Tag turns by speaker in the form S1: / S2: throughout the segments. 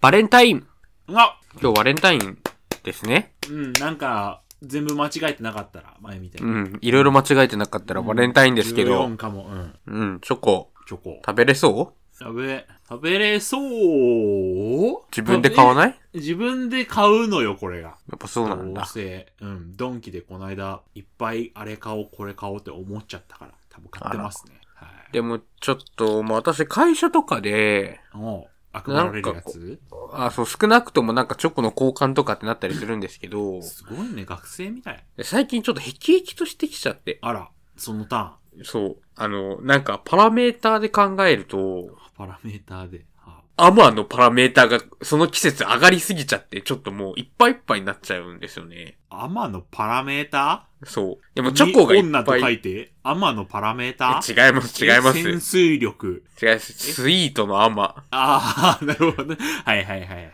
S1: バレンタイン
S2: うわ
S1: 今日バレンタインですね。
S2: うん、なんか、全部間違えてなかったら、前みたいうに。
S1: ん。いろいろ間違えてなかったらバレンタインですけど、
S2: 14かも、うん。
S1: うん、チョコ、
S2: チョコ。
S1: 食べれそう
S2: 食べ、食べれそう
S1: 自分で買わ
S2: い
S1: ないや
S2: 自分で買うのよ、これが。
S1: っぱそうなん
S2: どう
S1: だ。
S2: せ、うん、ドンキでこの間、いっぱいあれ買おう、これ買おうって思っちゃったから、多分買ってますね。はい。
S1: でも、ちょっと、まあ私、会社とかで、
S2: もう、悪魔られるやつ
S1: あ、そう、少なくともなんかチョコの交換とかってなったりするんですけど、
S2: すごいね、学生みたい。
S1: で最近ちょっとヘキヘキとしてきちゃって、
S2: あら、そのターン。
S1: そう、あの、なんかパラメーターで考えると、
S2: パラメーターで。あ
S1: アマのパラメーターがその季節上がりすぎちゃって、ちょっともういっぱいいっぱいになっちゃうんですよね。
S2: 天のパラメータ
S1: そう。で
S2: ー
S1: もチョコがい
S2: に女
S1: っ
S2: と
S1: ぱ
S2: 書
S1: い。
S2: いて、天のパラメーター
S1: 違います、違います。
S2: え
S1: 違い
S2: 潜
S1: ます。
S2: 水力。
S1: スイートのアマ。
S2: あ あ、なるほど。はいはいはいはいはい。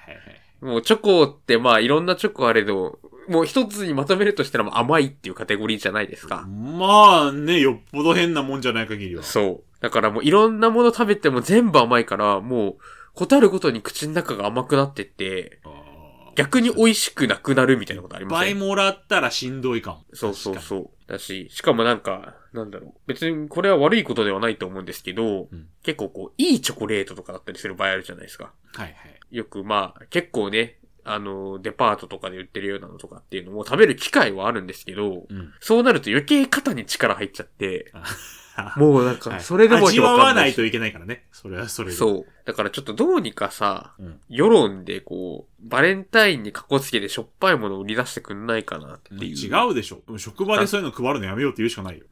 S1: もうチョコってまあいろんなチョコあれど、もう一つにまとめるとしたらもう甘いっていうカテゴリーじゃないですか。
S2: まあね、よっぽど変なもんじゃない限りは。
S1: そう。だからもういろんなもの食べても全部甘いから、もう、ことるごとに口の中が甘くなってって、
S2: あー
S1: 逆に美味しくなくなるみたいなことあり
S2: いっ
S1: ま
S2: ぱ
S1: せ
S2: い
S1: ん
S2: もらったらしんどいかも。
S1: そうそう
S2: 確か
S1: そう。だし、しかもなんか、なんだろう。別にこれは悪いことではないと思うんですけど、
S2: うん
S1: 結構こう、いいチョコレートとかだったりする場合あるじゃないですか。
S2: に。はいはい。
S1: よくまあ、結構ね、あの、デパートとかで売ってるようなのとかっていうのも食べる機会はあるんですけど、
S2: うん。
S1: そうなると余計肩に力入っちゃって、
S2: う、
S1: もうなん
S2: は
S1: か、
S2: い
S1: それでも
S2: 味わ
S1: わか
S2: わ
S1: んな
S2: ないい
S1: し
S2: といけないからね。それはそれで。う。
S1: そう。だからちょっとどうにかさ、
S2: うん
S1: 世論でこう、バレンタインにかこつけてしょっぱいものを売り出してくんないかなっていう。
S2: 違うでしょ。職場でそういうの配るのやめようって言うしかないよ。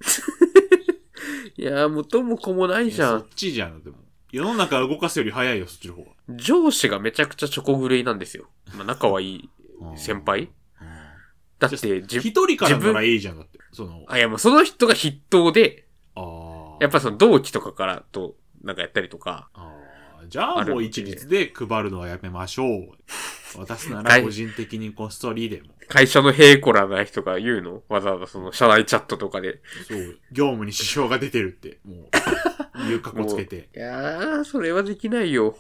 S1: いやー、もうとも子もないじ
S2: い
S1: ゃ
S2: やそ
S1: ん
S2: っ。ちじゃん、でも。世の中動かすより早いよ、そっちの方が。
S1: 上司がめちゃくちゃチョコ狂いなんですよ。まあ仲はいい
S2: うん
S1: 先輩
S2: うん
S1: だって、じ
S2: 一人からならいいじゃん、だって。その、
S1: あ、いやもうその人が筆頭で、
S2: ああ。
S1: やっぱその同期とかからと、なんかやったりとか、
S2: あーじゃあもう一律で配るのはやめましょう。渡すな
S1: は
S2: ら
S1: い
S2: 個人的にこっそりでも。
S1: 会社の平コラな人が言うのわざわざその社内チャットとかで。
S2: そう、業務に支障が出てるって、もう、いう格好つけて、
S1: いやー、それはできないよ。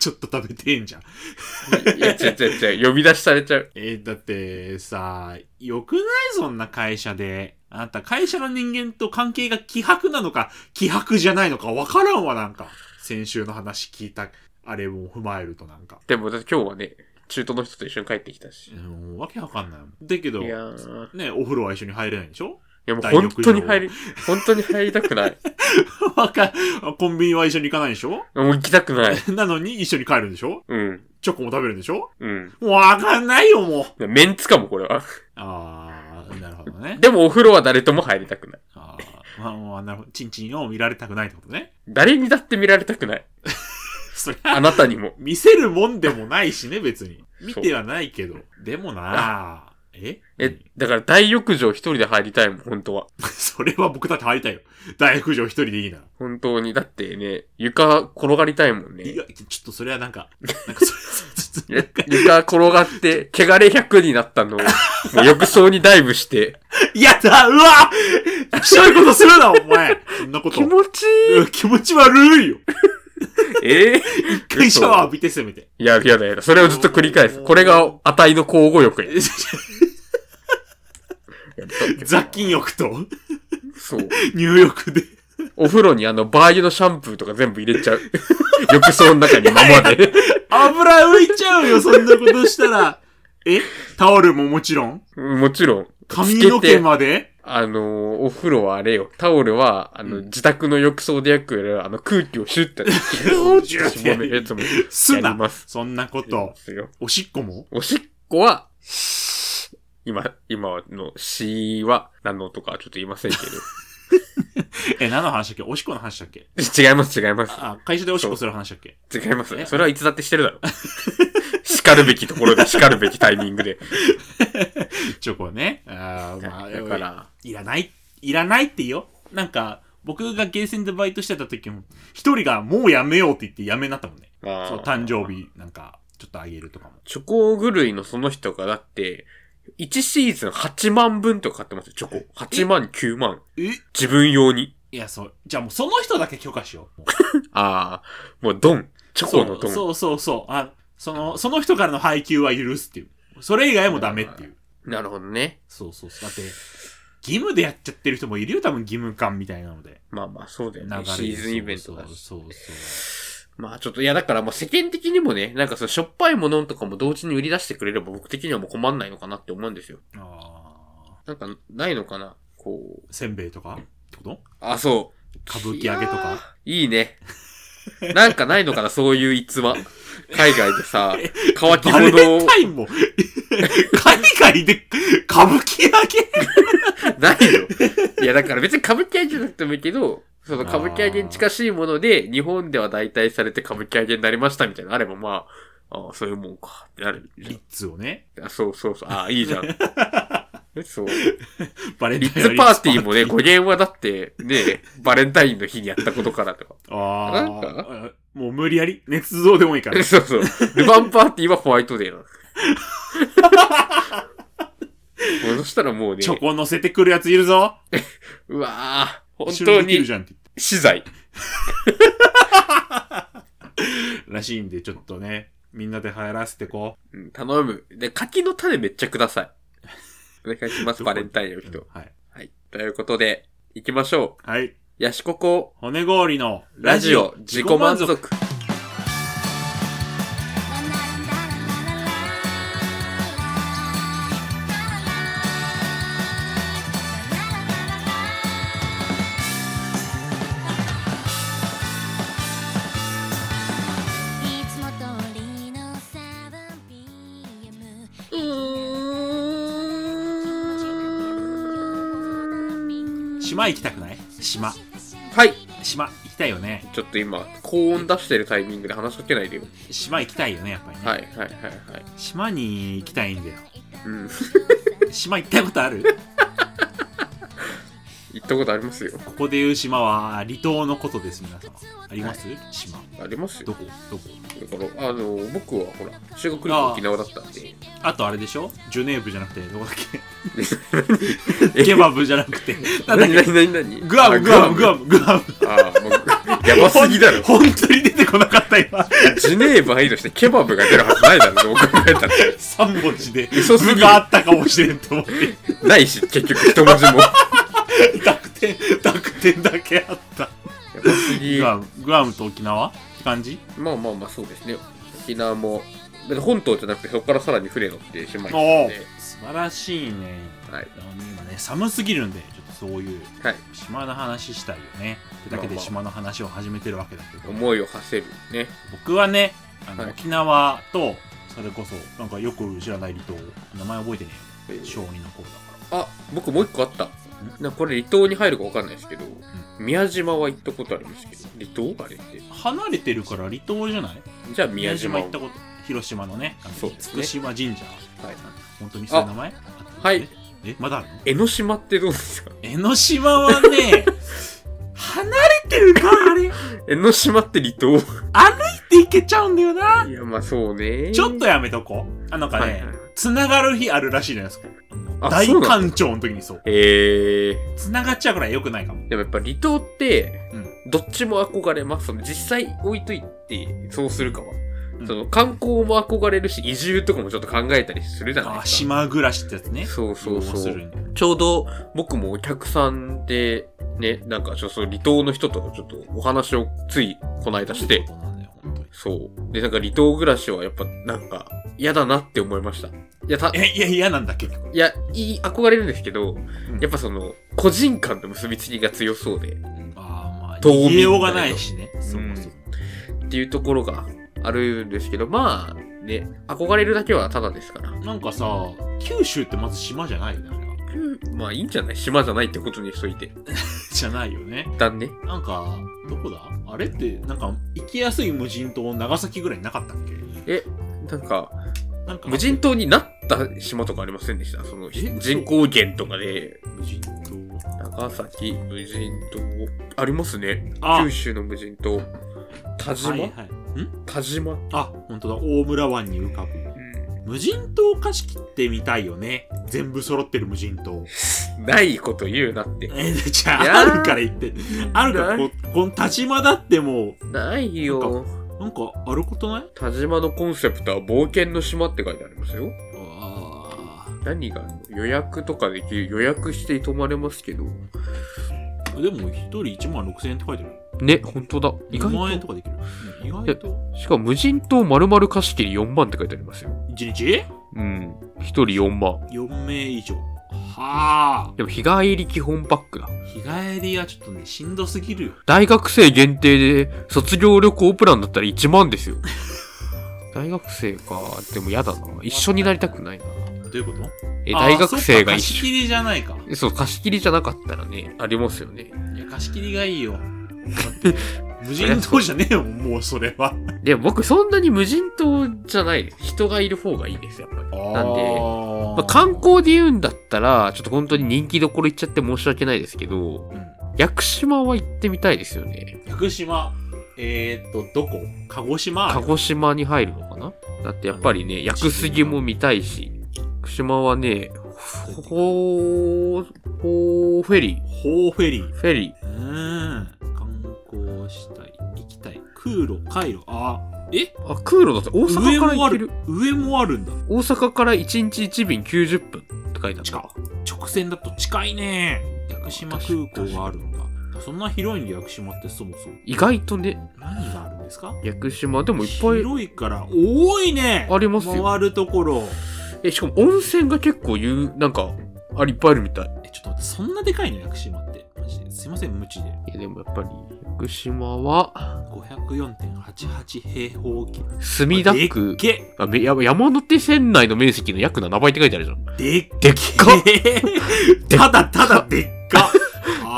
S2: ちょっと食べてんじゃん。
S1: いや、違う違う違う、呼び出しされちゃう。
S2: えーだってさ、よくないそんな会社で。あんた会社の人間と関係が希薄なのか、希薄じゃないのかわからんわ、なんか。先週の話聞いた、あれも踏まえるとなんか。
S1: でも、だって今日はね、中東の人と一緒に帰ってきたし。
S2: うん、わけわかんないもん。だけど、
S1: いや
S2: ね、
S1: ー。い
S2: お風呂は一緒に入れないんでしょ
S1: やもう
S2: 大
S1: 本
S2: 浴場
S1: 当に入り、本当に入りたくない。
S2: わか、コンビニは一緒に行かないでしょ
S1: も う行きたくない。
S2: なのに一緒に帰るんでしょ
S1: うん。
S2: チョコも食べるんでしょ
S1: うん。
S2: もうわかんないよ、もう。
S1: メンツかも、これは。
S2: あー、なるほどね。
S1: でもお風呂は誰とも入りたくない。
S2: あー、まあ、まあ、なるほど。チンチンを見られたくないってことね。
S1: 誰にだって見られたくない。
S2: そりゃ
S1: あなたにも。
S2: 見せるもんでもないしね、別に。見てはないけど。でもなぁ。え
S1: え、だから大浴場一人で入りたいもん、本当は。
S2: それは僕だって入りたいよ。大浴場一人でいいなら。
S1: 本当に。だってね、床転がりたいもんね。
S2: い
S1: い
S2: や、ちょっとそれはなんか、なんかそれ、 ちょっとな
S1: や
S2: んか
S1: 床転がって、汚れ100になったのを、もう浴槽にダイブして、
S2: やだうわぁそういうことするな、お前そんなこと。
S1: 気持ちいい
S2: うん気持ち悪いよ
S1: ええ
S2: 一回シャワー浴びてせめて。
S1: いや、やだやだ。それをずっと繰り返す。これが、値の交互欲や。
S2: 雑菌浴と
S1: そう。
S2: 入浴で。
S1: お風呂にあの、バー油のシャンプーとか全部入れちゃ う。浴槽の中に今まで。
S2: 油浮いちゃうよ、そんなことしたら。えタオルももちろん
S1: もちろん。
S2: 髪の
S1: つけ
S2: 毛
S1: て
S2: まで
S1: あのー、お風呂はあれよ。タオルは、あの、
S2: うん
S1: 自宅の浴槽でよくやる、あの、空気をシュッて、
S2: ュ
S1: しぼめるやつも、
S2: す
S1: やり
S2: な
S1: ます
S2: そんなこ
S1: やり
S2: と
S1: ま。すよ。
S2: おしっこも
S1: おしっこは、今、今の C は何の音かはちょっと言いませんけ
S2: え、何の話だっけおしっこの話だっけ
S1: ど。違います、違います。
S2: あ、会社でおしっこする話だっけ
S1: 違います
S2: え。
S1: それはいつだってしてるだろ。叱るべきところで、叱るべきタイミングで。
S2: チョコね。あー まあ、
S1: だから、
S2: いらない、いらないってよ。なんか、僕がゲーセンでバイトしてた時も、一人がもうやめようって言ってやめになったもんね。
S1: まあ
S2: そう、誕生日なんか、ちょっとあげるとかも。
S1: チョコ狂いのその人がだって、1シーズン8万分とか買ってますよ、チョコ。8万、9万。
S2: え
S1: 自分用に。
S2: いや、そう。じゃあもうその人だけ許可しよう。
S1: ああ、もうドン。チョコの
S2: そう
S1: ドン。
S2: そうそうそう。あ、その、その人からの配給は許すっていう。それ以外もダメっていう。
S1: なるほどね。
S2: そうそうそう。だって、義務でやっちゃってる人もいるよ、多分義務感みたいなので。
S1: まあまあ、そうだよ
S2: 流れ
S1: ね。
S2: で
S1: シーズンイベントだし。
S2: そうそうそうそ
S1: まあちょっと、いやだからもう世間的にもね、なんかそのしょっぱいものとかも同時に売り出してくれれば僕的にはもう困んないのかなって思うんですよ。
S2: う。あ
S1: なんか、ないのかなこう。
S2: ーせんべいとかってこと
S1: あ、そう。
S2: 歌舞伎揚げとか
S1: いやーいいね。なんかないのかなそういう逸話。海外で さ、乾き
S2: バレ
S1: 物
S2: ン
S1: を
S2: タ、インも、 海外で歌舞伎揚げ
S1: ないよ。いやだから別に歌舞伎揚げじゃなくてもいいけど、その歌舞伎揚げに近しいもので、日本では代替されて歌舞伎揚げになりましたみたいなのあればまあ、ああ、そういうもんかってなる。
S2: リッツをね、
S1: あそうそうそう。ああ、いいじ ゃん。えそう。
S2: バレン
S1: リ
S2: タイ
S1: ッ
S2: ンは
S1: ツパーティーもね、
S2: リッツ
S1: 語源はだって、ね、バレンタインの日にやったことからとか。
S2: あ
S1: なん
S2: ーあ、もう無理やり、捏造でもい いか ら。
S1: そうそう。ルパンパーティーはホワイト デーなの。もうそしたらもうね
S2: チ、ョコ乗せてくるやついるぞ
S1: うわぁ、本
S2: 一緒
S1: 当
S2: できる
S1: に
S2: じゃんって
S1: 資材。
S2: 言ってらしいんで、ちょっとね、みんなで流行らせてこう。
S1: うん頼む。で、柿の種めっちゃください。お願いします、バレンタインの人
S2: うん。はい。
S1: はい。ということで、行きましょ
S2: はい。
S1: う。ヤシココ、
S2: 骨氷の
S1: ラジオ、自己満足。。
S3: いつも通りの 7pm
S2: 島行きたくない島。
S1: はい。
S2: 島行きたいよね。
S1: ちょっと今、高音出してるタイミングで話しかけないでよ。
S2: 島行きたいよね、やっぱりね。
S1: はい、はい、はい、はい。
S2: 島に行きたいんだよ。
S1: うん。
S2: 島行ったことある
S1: 行ったことありますよ。
S2: ここで言う島は離島のことです、皆様。あります、島。
S1: あります
S2: ど
S1: よ。
S2: こどこ
S1: だから、あの、僕はほら、修学旅行沖縄だったんで。
S2: あとあれでしょジュネーブじゃなくて、どこだっけ
S1: え
S2: ケバブじゃなくて。なんだっ
S1: 何
S2: け
S1: 何何何
S2: グアム、グアム、グア
S1: ム。
S2: ム、グアム。
S1: ああ、もう、やばすぎだ ろ。
S2: 本当に出てこなかった、今。
S1: ジュネーブ配慮してケバブが出るはずないだろ、どう考えたら。
S2: 3文字で、
S1: 嘘すぎる
S2: 部があったかもしれんと思って。
S1: ないし、結局一文字も。や
S2: 濁点、濁点だけあった。
S1: ばすぎ
S2: グ。アム、グアムと沖縄って感じ
S1: まあまあまあ、そうですね。沖縄も、だって本島じゃなくて、そこからさらに船乗ってしまいま
S2: おお
S1: で。
S2: 素晴らしいね。
S1: はい。
S2: 今ね、寒すぎるんで、ちょっとそういう、
S1: はい。
S2: 島の話したいよね。ってだけ
S1: まあ
S2: で
S1: まあ
S2: 島の話を始めてるわけだけど。
S1: 思いを馳せる。ね。
S2: 僕はね、あの、
S1: はい
S2: 沖縄と、それこそ、なんかよく知らない離島、名前覚えてねえよ。小2の頃だから。
S1: あ、僕もう一個あった。なこれ離島に入るかわかんないですけど、宮島は行ったことありますけど、離島あれって。
S2: 離れてるから離島じゃない
S1: じゃあ宮島を
S2: 行ったこと広島のねあの
S1: そうですね
S2: 厳島神社
S1: はい。
S2: 本当にそういう名前
S1: はい
S2: ええまだあるの
S1: 江ノ島ってどうですか
S2: 江ノ島はね離れてるからあれっ
S1: 江ノ島って離島
S2: て行けちゃうんだよない
S1: や、まあそうね。
S2: ちょっとやめとこうあなんか
S1: はい
S2: ね
S1: はい
S2: つながる日あるらしいじゃないですか
S1: あ
S2: 大
S1: そうなんだ
S2: 干潮の時にそう
S1: へえー。
S2: つながっちゃうからよくないかも
S1: でもやっぱ離島って
S2: うん、
S1: どっちも憧れます。その実際置いといて、そうするかは。
S2: うん
S1: その観光も憧れるし、移住とかもちょっと考えたりするじゃない
S2: あ
S1: ですか。
S2: 島暮らしってやつね
S1: そうそう
S2: 要す
S1: そ
S2: る
S1: う。
S2: に
S1: ちょうど僕もお客さんで、ね、なんかちょっとその離島の人とちょっとお話をついこの間し
S2: そうい
S1: て
S2: う、ことなんだよ本当に
S1: そう。で、なんか離島暮らしはやっぱなんか嫌だなって思いました。いや、た、い
S2: えいや嫌なんだ結局
S1: や、いい、憧れるんですけど、
S2: ん
S1: やっぱその、個人間と結びつきが強そうで、
S2: ああまあ
S1: 島民
S2: 逃げようがないしねそううんそう
S1: っていうところがあるんですけど、まあ、ね、憧れるだけはただですから。
S2: なんかさ、九州ってまず島じゃないよね、あれは。
S1: まあいいんじゃない島じゃないってことにしといて。一
S2: じゃないよね。
S1: 旦ね。
S2: なんか、どこだあれって、なんか、行きやすい無人島、長崎ぐらいになかったっけ
S1: え、なんか、
S2: なんか、
S1: 無人島になった島とかありませんでしたその
S2: え
S1: 人口減とかで、
S2: 無人島。
S1: 長崎、無人島、ありますね。
S2: あ
S1: 九州の無人島。田島、
S2: はいはい。ん
S1: 田島、うん、
S2: あ、本当だ、大村湾に浮かぶ。無人島貸し切ってみたいよね。全部揃ってる無人 島。
S1: ないこと言うなって。
S2: え、じゃ
S1: いや
S2: あ、あ
S1: ー
S2: るから言って。あるから、こ、この田島だってもう、
S1: ないよ。
S2: なんかあることない
S1: 田島のコンセプトは冒険の島って書いてありますよ。
S2: あ
S1: 何があるの予約とかできる。予約して泊まれますけど。
S2: あでも一人1万6000円って書いてある
S1: ね、本当だ。意
S2: 2万
S1: 外
S2: 円
S1: と。
S2: とかできる、うん意外と
S1: しかも無人島丸々貸し切り4万って書いてありますよ。
S2: 1日
S1: うん。1人4万。
S2: 4名以上はあ
S1: でも日帰り基本パックだ。
S2: 日帰りはちょっとねしんどすぎるよ
S1: 大学生限定で卒業旅行プランだったら1万 ですよ。大学生か。でもやだな。一緒になりたくないな。
S2: どういうこと
S1: え、
S2: あー
S1: 大学生が一
S2: そっか貸し
S1: 緒。
S2: 切りじゃないか
S1: えそう、貸し切りじゃなかったらね、ありますよね。
S2: いや貸し切りがいい よだって無人島じゃねえよもうそれは
S1: でも僕そんなに無人島じゃないです。人がいる方がいいです、やっぱり。なんで、まあ、観光で言うんだったら、ちょっと本当に人気どころ行っちゃって申し訳ないですけど、
S2: うん
S1: 屋久島は行ってみたいですよね。
S2: 屋久島えー、っとどこ鹿児島
S1: 鹿児島に入るのかなだってやっぱりね、屋久杉も見たいし、屋久島はね、ほー、ほーフェリー。
S2: ホーフェリー
S1: フェリー。
S2: うーん観光したい行きたい空路回路あえ
S1: あ、空路だって大阪
S2: 上
S1: から
S2: も
S1: 行
S2: あ
S1: け
S2: る
S1: る。
S2: 上もあるんだ
S1: 大阪から1日1便90分って書いてある。
S2: 近直線だと近いね屋久島空港があるんだそんな広いんで屋久島ってそもそも
S1: 意外とね、
S2: 何があるんですか
S1: 屋久島でもいっぱい
S2: 広いから多いね
S1: ありますよ
S2: 回るところ
S1: え、しかも温泉が結構言う、なんか、あれいっぱいあるみたい。
S2: えちょっと待ってそんなでかいの屋久島ってマジですいません無知で
S1: いや、でもやっぱり、屋久島は、
S2: 504.88平方キロ
S1: 墨田
S2: でっ
S1: 区、
S2: け
S1: あめや山手線内の面積の約7倍って書いてあるじゃん。
S2: でっ
S1: でっか
S2: け ただただでっ か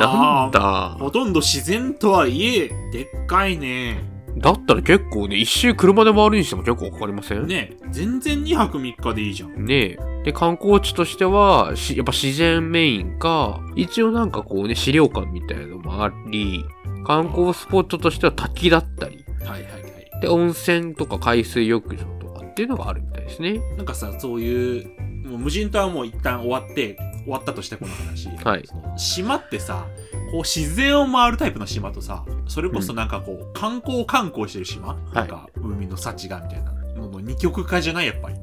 S1: な
S2: あ
S1: ん
S2: ー
S1: だ。
S2: ほとんど自然とはいえでっかいね
S1: だったら結構ね、一周車で回るにしても結構かかりませんね
S2: ね全然2泊3日でいいじゃん
S1: え。で、観光地としては、しやっぱ自然メインか、一応なんかこうね、資料館みたいなのもあり、観光スポットとしては滝だったり、
S2: はいはいはい
S1: で、温泉とか海水浴場とかっていうのがあるみたいですね。
S2: なんかさそういうもう無人島はもう一旦終わって終わったとしてこの話、
S1: はい
S2: その島ってさこう自然を回るタイプの島とさそれこそなんかこう、観光観光してる島、なんか海の幸がみたいなのの二極化じゃないやっぱり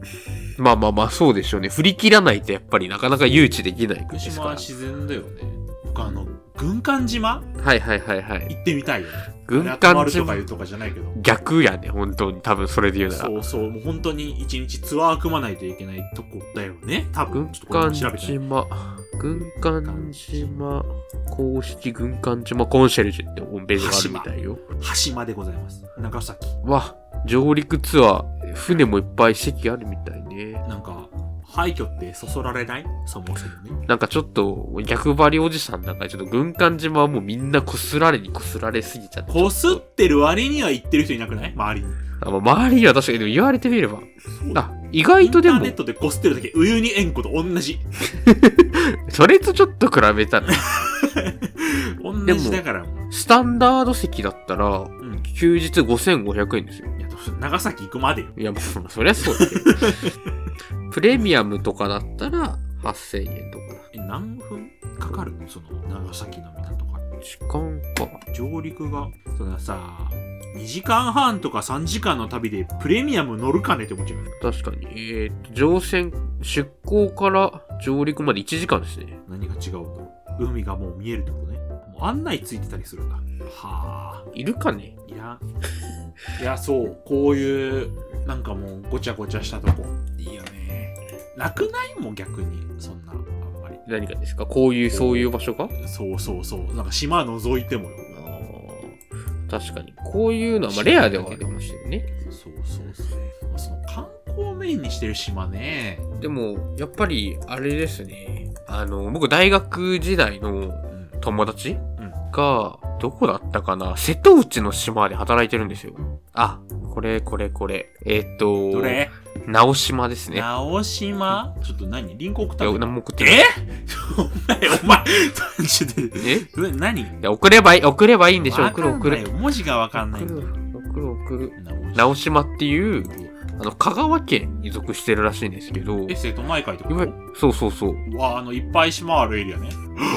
S1: まあまあまあ、そうでしょうね。振り切らないとやっぱりなかなか誘致できない
S2: 福
S1: です
S2: 島
S1: か
S2: は
S1: ら。
S2: 自然だよね僕あの軍艦島
S1: はいはいはいはい。
S2: 行ってみたいよね
S1: 軍
S2: 泊
S1: 艦
S2: まるとかいう
S1: 島
S2: とかじゃないけど
S1: 逆やね、本当に。多分それで言うなら
S2: そ。うそうもう本当に一日ツアー組まないといけないとこだよね多分
S1: 軍
S2: ちょっとこれ
S1: 艦
S2: も調べてない
S1: 島、軍艦島、公式軍艦島コンシェルジュってホームページがあるみたいよ。
S2: 橋までございます長崎
S1: わ、上陸ツアー、船もいっぱい席あるみたいね。
S2: なんか廃墟ってそそられないそもそもね
S1: なんかちょっと、逆張りおじさんなんかちょっと軍艦島はもうみんなこすられにこすられすぎちゃって。
S2: こすってる割には行ってる人いなくない周りに
S1: あまあ周りには確かにでも言われてみれば。あ、意外とで
S2: イン
S1: も
S2: ターネッ、トでこすってるだけウユニ塩湖と同じ
S1: それとちょっと比べたら、
S2: 同じだから
S1: スタンダード席だったら、
S2: うん
S1: 休日5500円ですよ。
S2: いやどうせ長崎行くまでよ
S1: いや、も う、そりゃそうだよ。プレミアムとかだったら、8000円とかだ。
S2: え何分かかるのその長崎の港から
S1: 時間か。
S2: 上陸がそれはさ2時間半とか3時間の旅でプレミアム乗るかねって思っちゃう
S1: 確かに。えーと、乗船、出港から上陸まで1時間ですね。
S2: 何が違うんだろう海がもう見えるってことねもう案内ついてたりするんだはあ
S1: いるかね
S2: い やいやそうこういうなんかもうごちゃごちゃしたとこいいよねなくないもん逆にそんなあんまり
S1: 何かですかこういう、そういう場所か
S2: そうそうそうなんか島覗いてもよ
S1: あー確かに。こういうのは、まあ、レアではありましたよね。
S2: そうそうそうまあその観光メインにしてる島ね
S1: でも、やっぱり、あれですね。あの、僕、大学時代の
S2: うん
S1: 友達が、どこだったかな瀬戸内の島で働いてるんですよ。あ、これ、これ、これ。えーっと、
S2: どれ
S1: 直島ですね。いや、
S2: 直島ちょっと何リンク送ったの
S1: 何も送ってない。
S2: えお 前、お前、ちょっと
S1: えい
S2: どれ、何
S1: や送ればいい、送ればいいんでしょ。
S2: わ
S1: 送
S2: か
S1: る、
S2: ん
S1: 送
S2: ない
S1: る。
S2: よ文字がわかんない
S1: 送
S2: んだ
S1: る、送る、送る。
S2: 直
S1: 直島っていう、あの、香川県に属してるらしいんですけど
S2: え、、瀬戸内海ってこ
S1: いわゆる
S2: と、
S1: そうそうそう。
S2: わあ、あの、いっぱい島あるエリアね。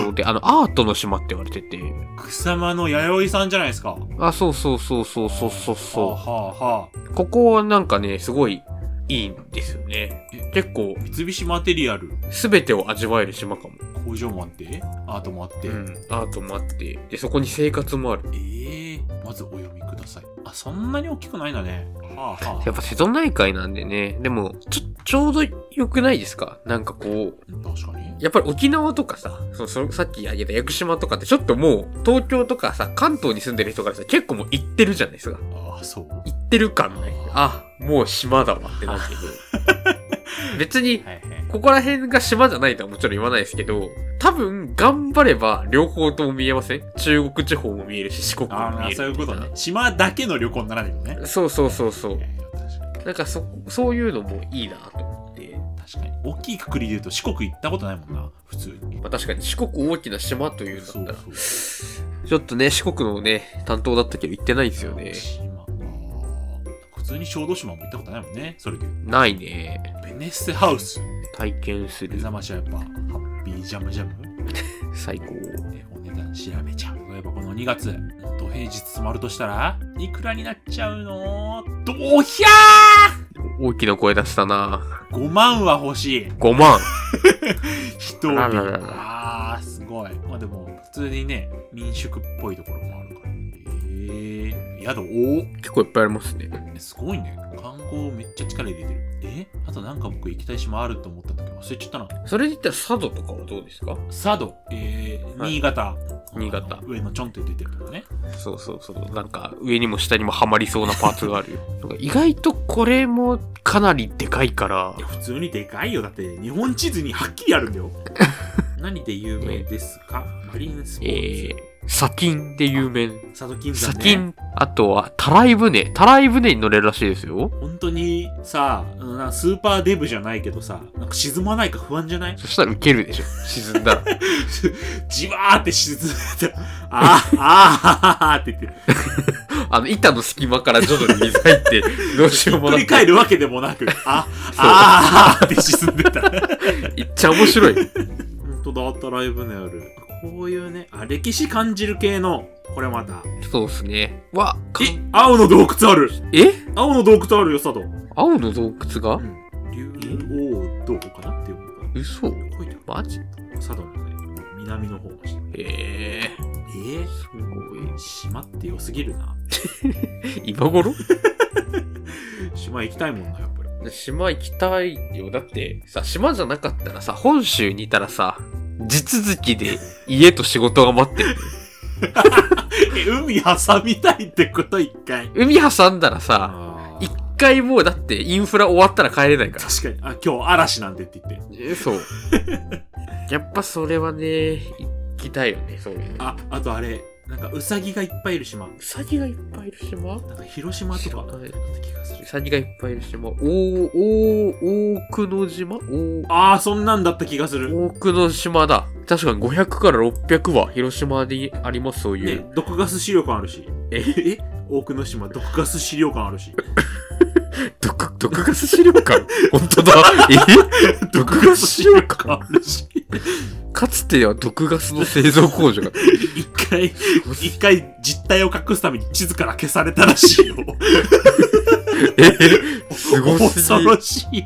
S1: そうで、あの、アートの島って言われてて、
S2: 草間の弥生さんじゃないですか。
S1: あ、そうそうそうそうそうそう
S2: は
S1: そ
S2: あ、はあはあ、
S1: う。ここはなんかね、すごいいいんですよね
S2: え。
S1: 結構、
S2: 三菱マテリアル、
S1: すべてを味わえる島かも。
S2: 工場もあって、アートもあって。
S1: うん。アートもあって、で、そこに生活もある。
S2: ええまずお読みください。あ、そんなに大きくないんだね。はあはあ。
S1: やっぱ瀬戸内海なんでね、でも、ちょ、ちょうど良くないですかなんかこう、
S2: うん確かに。
S1: やっぱり沖縄とかさ、そそさっき挙げた屋久島とかってちょっともう東京とかさ、関東に住んでる人からさ、結構もう行ってるじゃないですか。
S2: ああ、そう。は
S1: 行ってる感ない。あ、もう島だわってなるけど。 別に
S2: い、はい。
S1: ここら辺が島じゃないとはもちろん言わないですけど、多分頑張れば両方とも見えません中国地方も見えるし、四国も
S2: あ
S1: 見え
S2: あ、
S1: る。
S2: そういうことね。。島だけの旅行にならないよね。
S1: そうそうそうそう
S2: い。やいや確かに
S1: なんかそ、そういうのもいいなと思って。
S2: 確かに。大きいくくりで言うと四国行ったことないもんな、普通に。
S1: まあ確かに四国大きな島という
S2: そ
S1: んだ
S2: う
S1: ったら、
S2: そ
S1: ちょっとね、四国のね、担当だったけど行ってないんですよ
S2: う。
S1: ね。
S2: 島。ああ普通に小豆島も行ったことないもんね、それで言う
S1: ないね。
S2: と。ベネッセハウス。
S1: 体験す
S2: 目
S1: る
S2: 覚。ましはやっぱ、ハッピージャムジャム。
S1: 最高。
S2: えお値段調べちゃう。例えばこの2月、土平日泊まるとしたら、いくらになっちゃうのどひゃ
S1: 大きな声出したな。
S2: ー !5 万は欲しい。
S1: 5万。
S2: 人
S1: あ
S2: を。
S1: ららら
S2: あー、すごい。まあでも、普通にね、民宿っぽいところもあるから。えー、宿お
S1: 結構いっぱいありますね。
S2: えすごいね。観光めっちゃ力入れてる。えあとなんか僕行きたい島あると思った時忘れちゃったな。
S1: それで言ったら佐渡とかはどうですか
S2: 佐渡。えー、
S1: はい
S2: 新潟。
S1: 新潟
S2: あの上のちょんって出てるとこね。
S1: そうそうそう。なんか上にも下にもはまりそうなパーツがあるよ。 なんか意外とこれもかなりでかいから
S2: いや、普通にでかいよだって日本地図にはっきりあるん だよ何で有名ですかマリンスポ
S1: え
S2: ーツ、
S1: ー、砂金で有名。
S2: 佐渡金
S1: 砂
S2: 山ね
S1: 金。あとは、たらい船。たらい船に乗れるらしいですよ。
S2: 本当にさうんなスーパーデブじゃないけどさなんか沈まないか不安じゃない
S1: そしたらウケるでしょ。沈ん だら。
S2: じわーって沈んであーあーあーあーって言って
S1: あの、板の隙間から徐々に水入 って、どうしようも
S2: 振
S1: な
S2: り
S1: く。
S2: 返るわけでもなくああーあーって沈んでた
S1: いっちゃ面白い。
S2: 本当だあったライブのあるこういうねあ歴史感じる系のこれまた
S1: そうですね。わ、か
S2: え青の洞窟ある
S1: え
S2: 青の洞窟あるよ佐渡
S1: 青の洞窟が
S2: うん竜王洞かなって読むのか
S1: 嘘
S2: な。こいてあ
S1: マジ
S2: る佐渡のね、南の方の島。
S1: ええ
S2: えぇ、
S1: すごい。
S2: 島って良すぎるな。
S1: 今頃
S2: 島行きたいもんな、やっぱり。
S1: 島行きたいよ。だって、さ、島じゃなかったらさ、本州にいたらさ、地続きで家と仕事が待ってる。
S2: え、海挟みたいってこと一回。
S1: 海挟んだらさ、
S2: あ
S1: 一回もうだってインフラ終わったら帰れないから。
S2: 確かに。あ、今日嵐なんてって言って。
S1: えそう。 やっぱそれはね、行きたいよね、そういうの。
S2: あ、あとあれ、なんかウサギがいっぱいいる島。
S1: ウサギがいっぱいいる島ウ
S2: なんか広島とか
S1: 知
S2: だ
S1: ら
S2: っ
S1: ない
S2: た気がする。
S1: サギがいっぱいいる島。おー、おー、大久野島おー
S2: あー、そんなんだった気がする。
S1: 多くの島だ。確かに500から600は広島にあります、そうい
S2: ね
S1: う。、
S2: 毒ガス資料館あるし。
S1: え
S2: え多くの島、毒ガス資料館あるし。
S1: 毒、毒ガス資料館 本当だ。え 毒ガス資料館
S2: あるし。
S1: かつては毒ガスの製造工場が。
S2: 一回、一回実態を隠すために地図から消されたらしいよ。
S1: えすごす
S2: 恐
S1: ぎ。
S2: ろしい。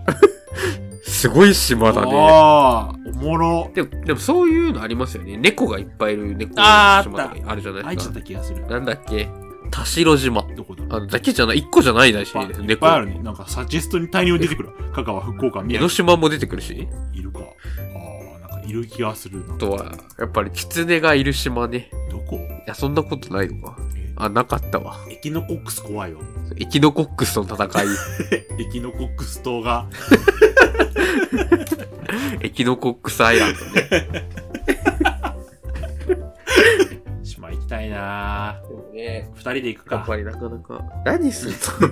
S1: すごい島だね。
S2: あーおもろ。
S1: でも、でもそういうのありますよね。猫がいっぱいいる猫の
S2: あー
S1: 島とかあるじゃな
S2: 開
S1: い
S2: い
S1: で
S2: ち
S1: す
S2: ゃっ
S1: か。
S2: た気がする。
S1: なんだっけ田代島。
S2: どこだろ
S1: あ
S2: う
S1: の、だけじゃない、一個じゃないらしいです。
S2: いっぱいあ
S1: 猫。
S2: るね。なんかサジェストに大量に出てくる。香川、福岡、
S1: 江
S2: 宮
S1: ノ
S2: 城。
S1: 島も出てくるし。
S2: いるか。ああ、なんかいる気がするな。
S1: あとは、やっぱり狐がいる島ね。
S2: どこ
S1: いや、そんなことないのか。
S2: え
S1: あ、なかったわ。
S2: エキノコックス怖いわ。
S1: エキノコックスとの 戦い。
S2: エキノコックス島が。
S1: エキノコックスアイランドね。
S2: 島行きたいなー二人で行く
S1: やっぱ
S2: か。
S1: りなかなか。何するの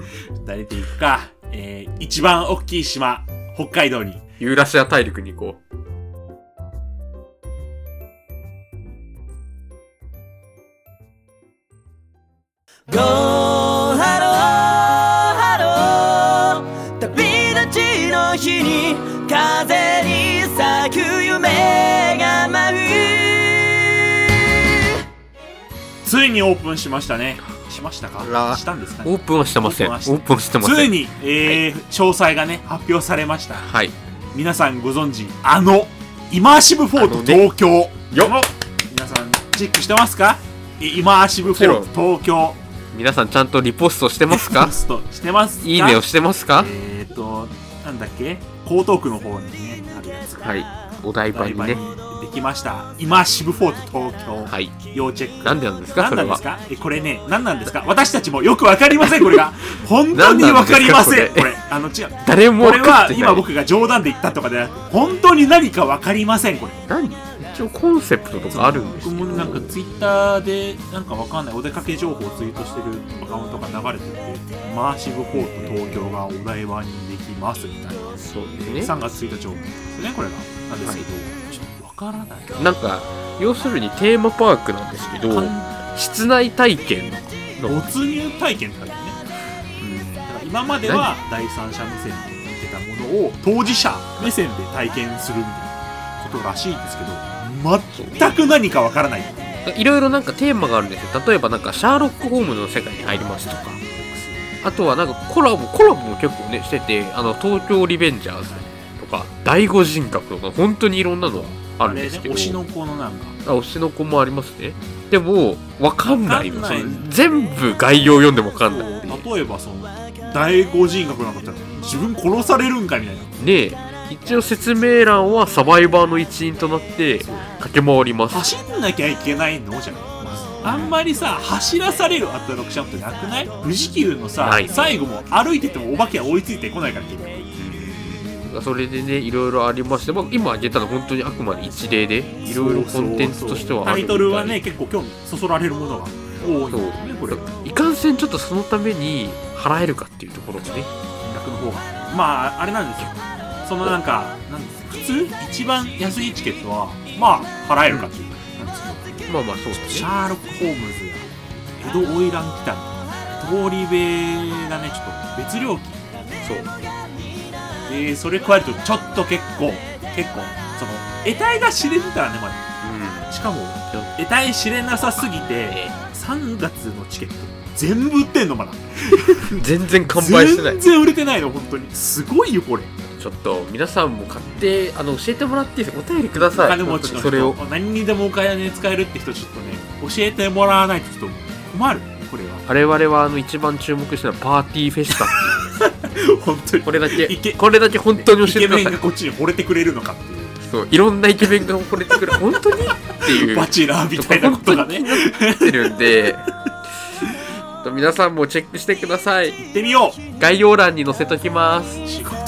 S2: 二人で行くか。えー、一番大きい島、北海道に。
S1: ユーラシア大陸に行こう。
S4: Go, hello, hello, の日に風に咲く夢が舞う
S2: ついにオープンしましたねしました
S1: あら
S2: かしたんですか
S1: オ
S2: ね
S1: ープンはしてません。
S2: オ
S1: オ
S2: ー
S1: ープンしてません。
S2: つい。に、えー詳細がね発表されました
S1: はい。
S2: 皆さんご存知あのイマーシブフォート東京
S1: よっ
S2: この皆さんチェックしてますかイイマーシブフォート東京
S1: 皆さんちゃんとリポストしてます か
S2: ポストしてますか
S1: いいねをしてますか
S2: えっ、ー、となんだっけ江東区の方にねあるやつが
S1: はい。お台場にね。
S2: できましたイマーシブフォート東京、
S1: はい。
S2: 要チェック
S1: なんでなんですか
S2: 何
S1: それ
S2: なんで
S1: は
S2: す。かえこれね何なんですか私たちもよくわかりませんこれ が本当にわかりません
S1: 何なんですか
S2: こ
S1: これ
S2: れあの違う
S1: 誰も
S2: これ
S1: 分かっ
S2: は
S1: てない。
S2: 今僕が冗談で言ったとかではなく本当に何かわかりませんこれ
S1: 何一応コンセプトとかあるんです
S2: 僕
S1: けど
S2: もなんかツイッターでなんかわかんないお出かけ情報をツイートしてるアカウントが流れててマーシブフォート東京がお台場にできますみたいな
S1: そうですね
S2: 3月1日オープンですねこれがなんですけど、ちょっとわからない
S1: なんか要するにテーマパークなんですけど
S2: 完
S1: 室内体験の
S2: 没入体験って感じね、だから今までは第三者目線で見てたものを当事者目線で体験するみたいなことらしいんですけど全く何かわからない
S1: いろいろなんかテーマがあるんですよ例えばなんかシャーロック・ホームズの世界に入りますとかあとはなんかコラボコラボも結構ねしててあの東京リベンジャーズとか第五人格とか本当にいろんなのあるん
S2: れ
S1: で
S2: ね
S1: すけど
S2: 推しの子のなんか
S1: あ推しの子もありますねでもわかんないよ
S2: わかんない
S1: その全部概要読んでもわかんないっていう
S2: そう例えばその第五人格なんかだったら自分殺されるんかみたいな
S1: で一応説明欄はサバイバーの一員となって駆け回ります
S2: 走んなきゃいけないのじゃないあんまりさ走らされるアトラクションってなくない富士急のさ
S1: ない
S2: 最後も歩いててもお化けは追いついてこないから結局
S1: それでねいろいろありまして、まあ、今挙げたのは本当にあくまで一例でいろいろコンテンツとしてはあ
S2: タ
S1: る
S2: イ
S1: みたい
S2: トルはね結構興味そそられるものが多いんだよねこれ楽
S1: いかんせんちょっとそのために払えるかっていうところもね
S2: の方がまああれなんですよそのなんかなんです普通一番安いチケットはまあ払えるかっていうなんですけど
S1: まあまあそうです
S2: シ
S1: ね
S2: ャーロック・ホームズやエド・オイラン・北野通り部がねちょっと別料金
S1: そう
S2: でそれ加えるとちょっと結構結構その得体が知れてたらねまだしかも得体知れなさすぎて3月のチケット全部売ってんのまだ
S1: うん全然完売してない
S2: 全然売れてないの本当にすごいよこれ
S1: ちょっと皆さんも買ってあの教えてもらっていいですかお便りください
S2: お金持ちの人
S1: それを
S2: 何にでもお金使えるって人ちょっとね教えてもらわないとちょっと困るこれは
S1: 我々はあの一番注目したのはパーティーフェ スタ
S2: 本当に
S1: これだけ
S2: イケ
S1: これだけ本当に
S2: イ
S1: 教えて
S2: ケ
S1: くだ
S2: メン
S1: さ
S2: がこっちに惚れてくれるのかっていう
S1: いそういろんなイケメンが惚れてくる本当にっていう
S2: バチェラーみたいなことがね
S1: 本当に気になってるんで皆さんもチェックしてください
S2: 行ってみよう
S1: 概要欄に載せときます
S2: 仕事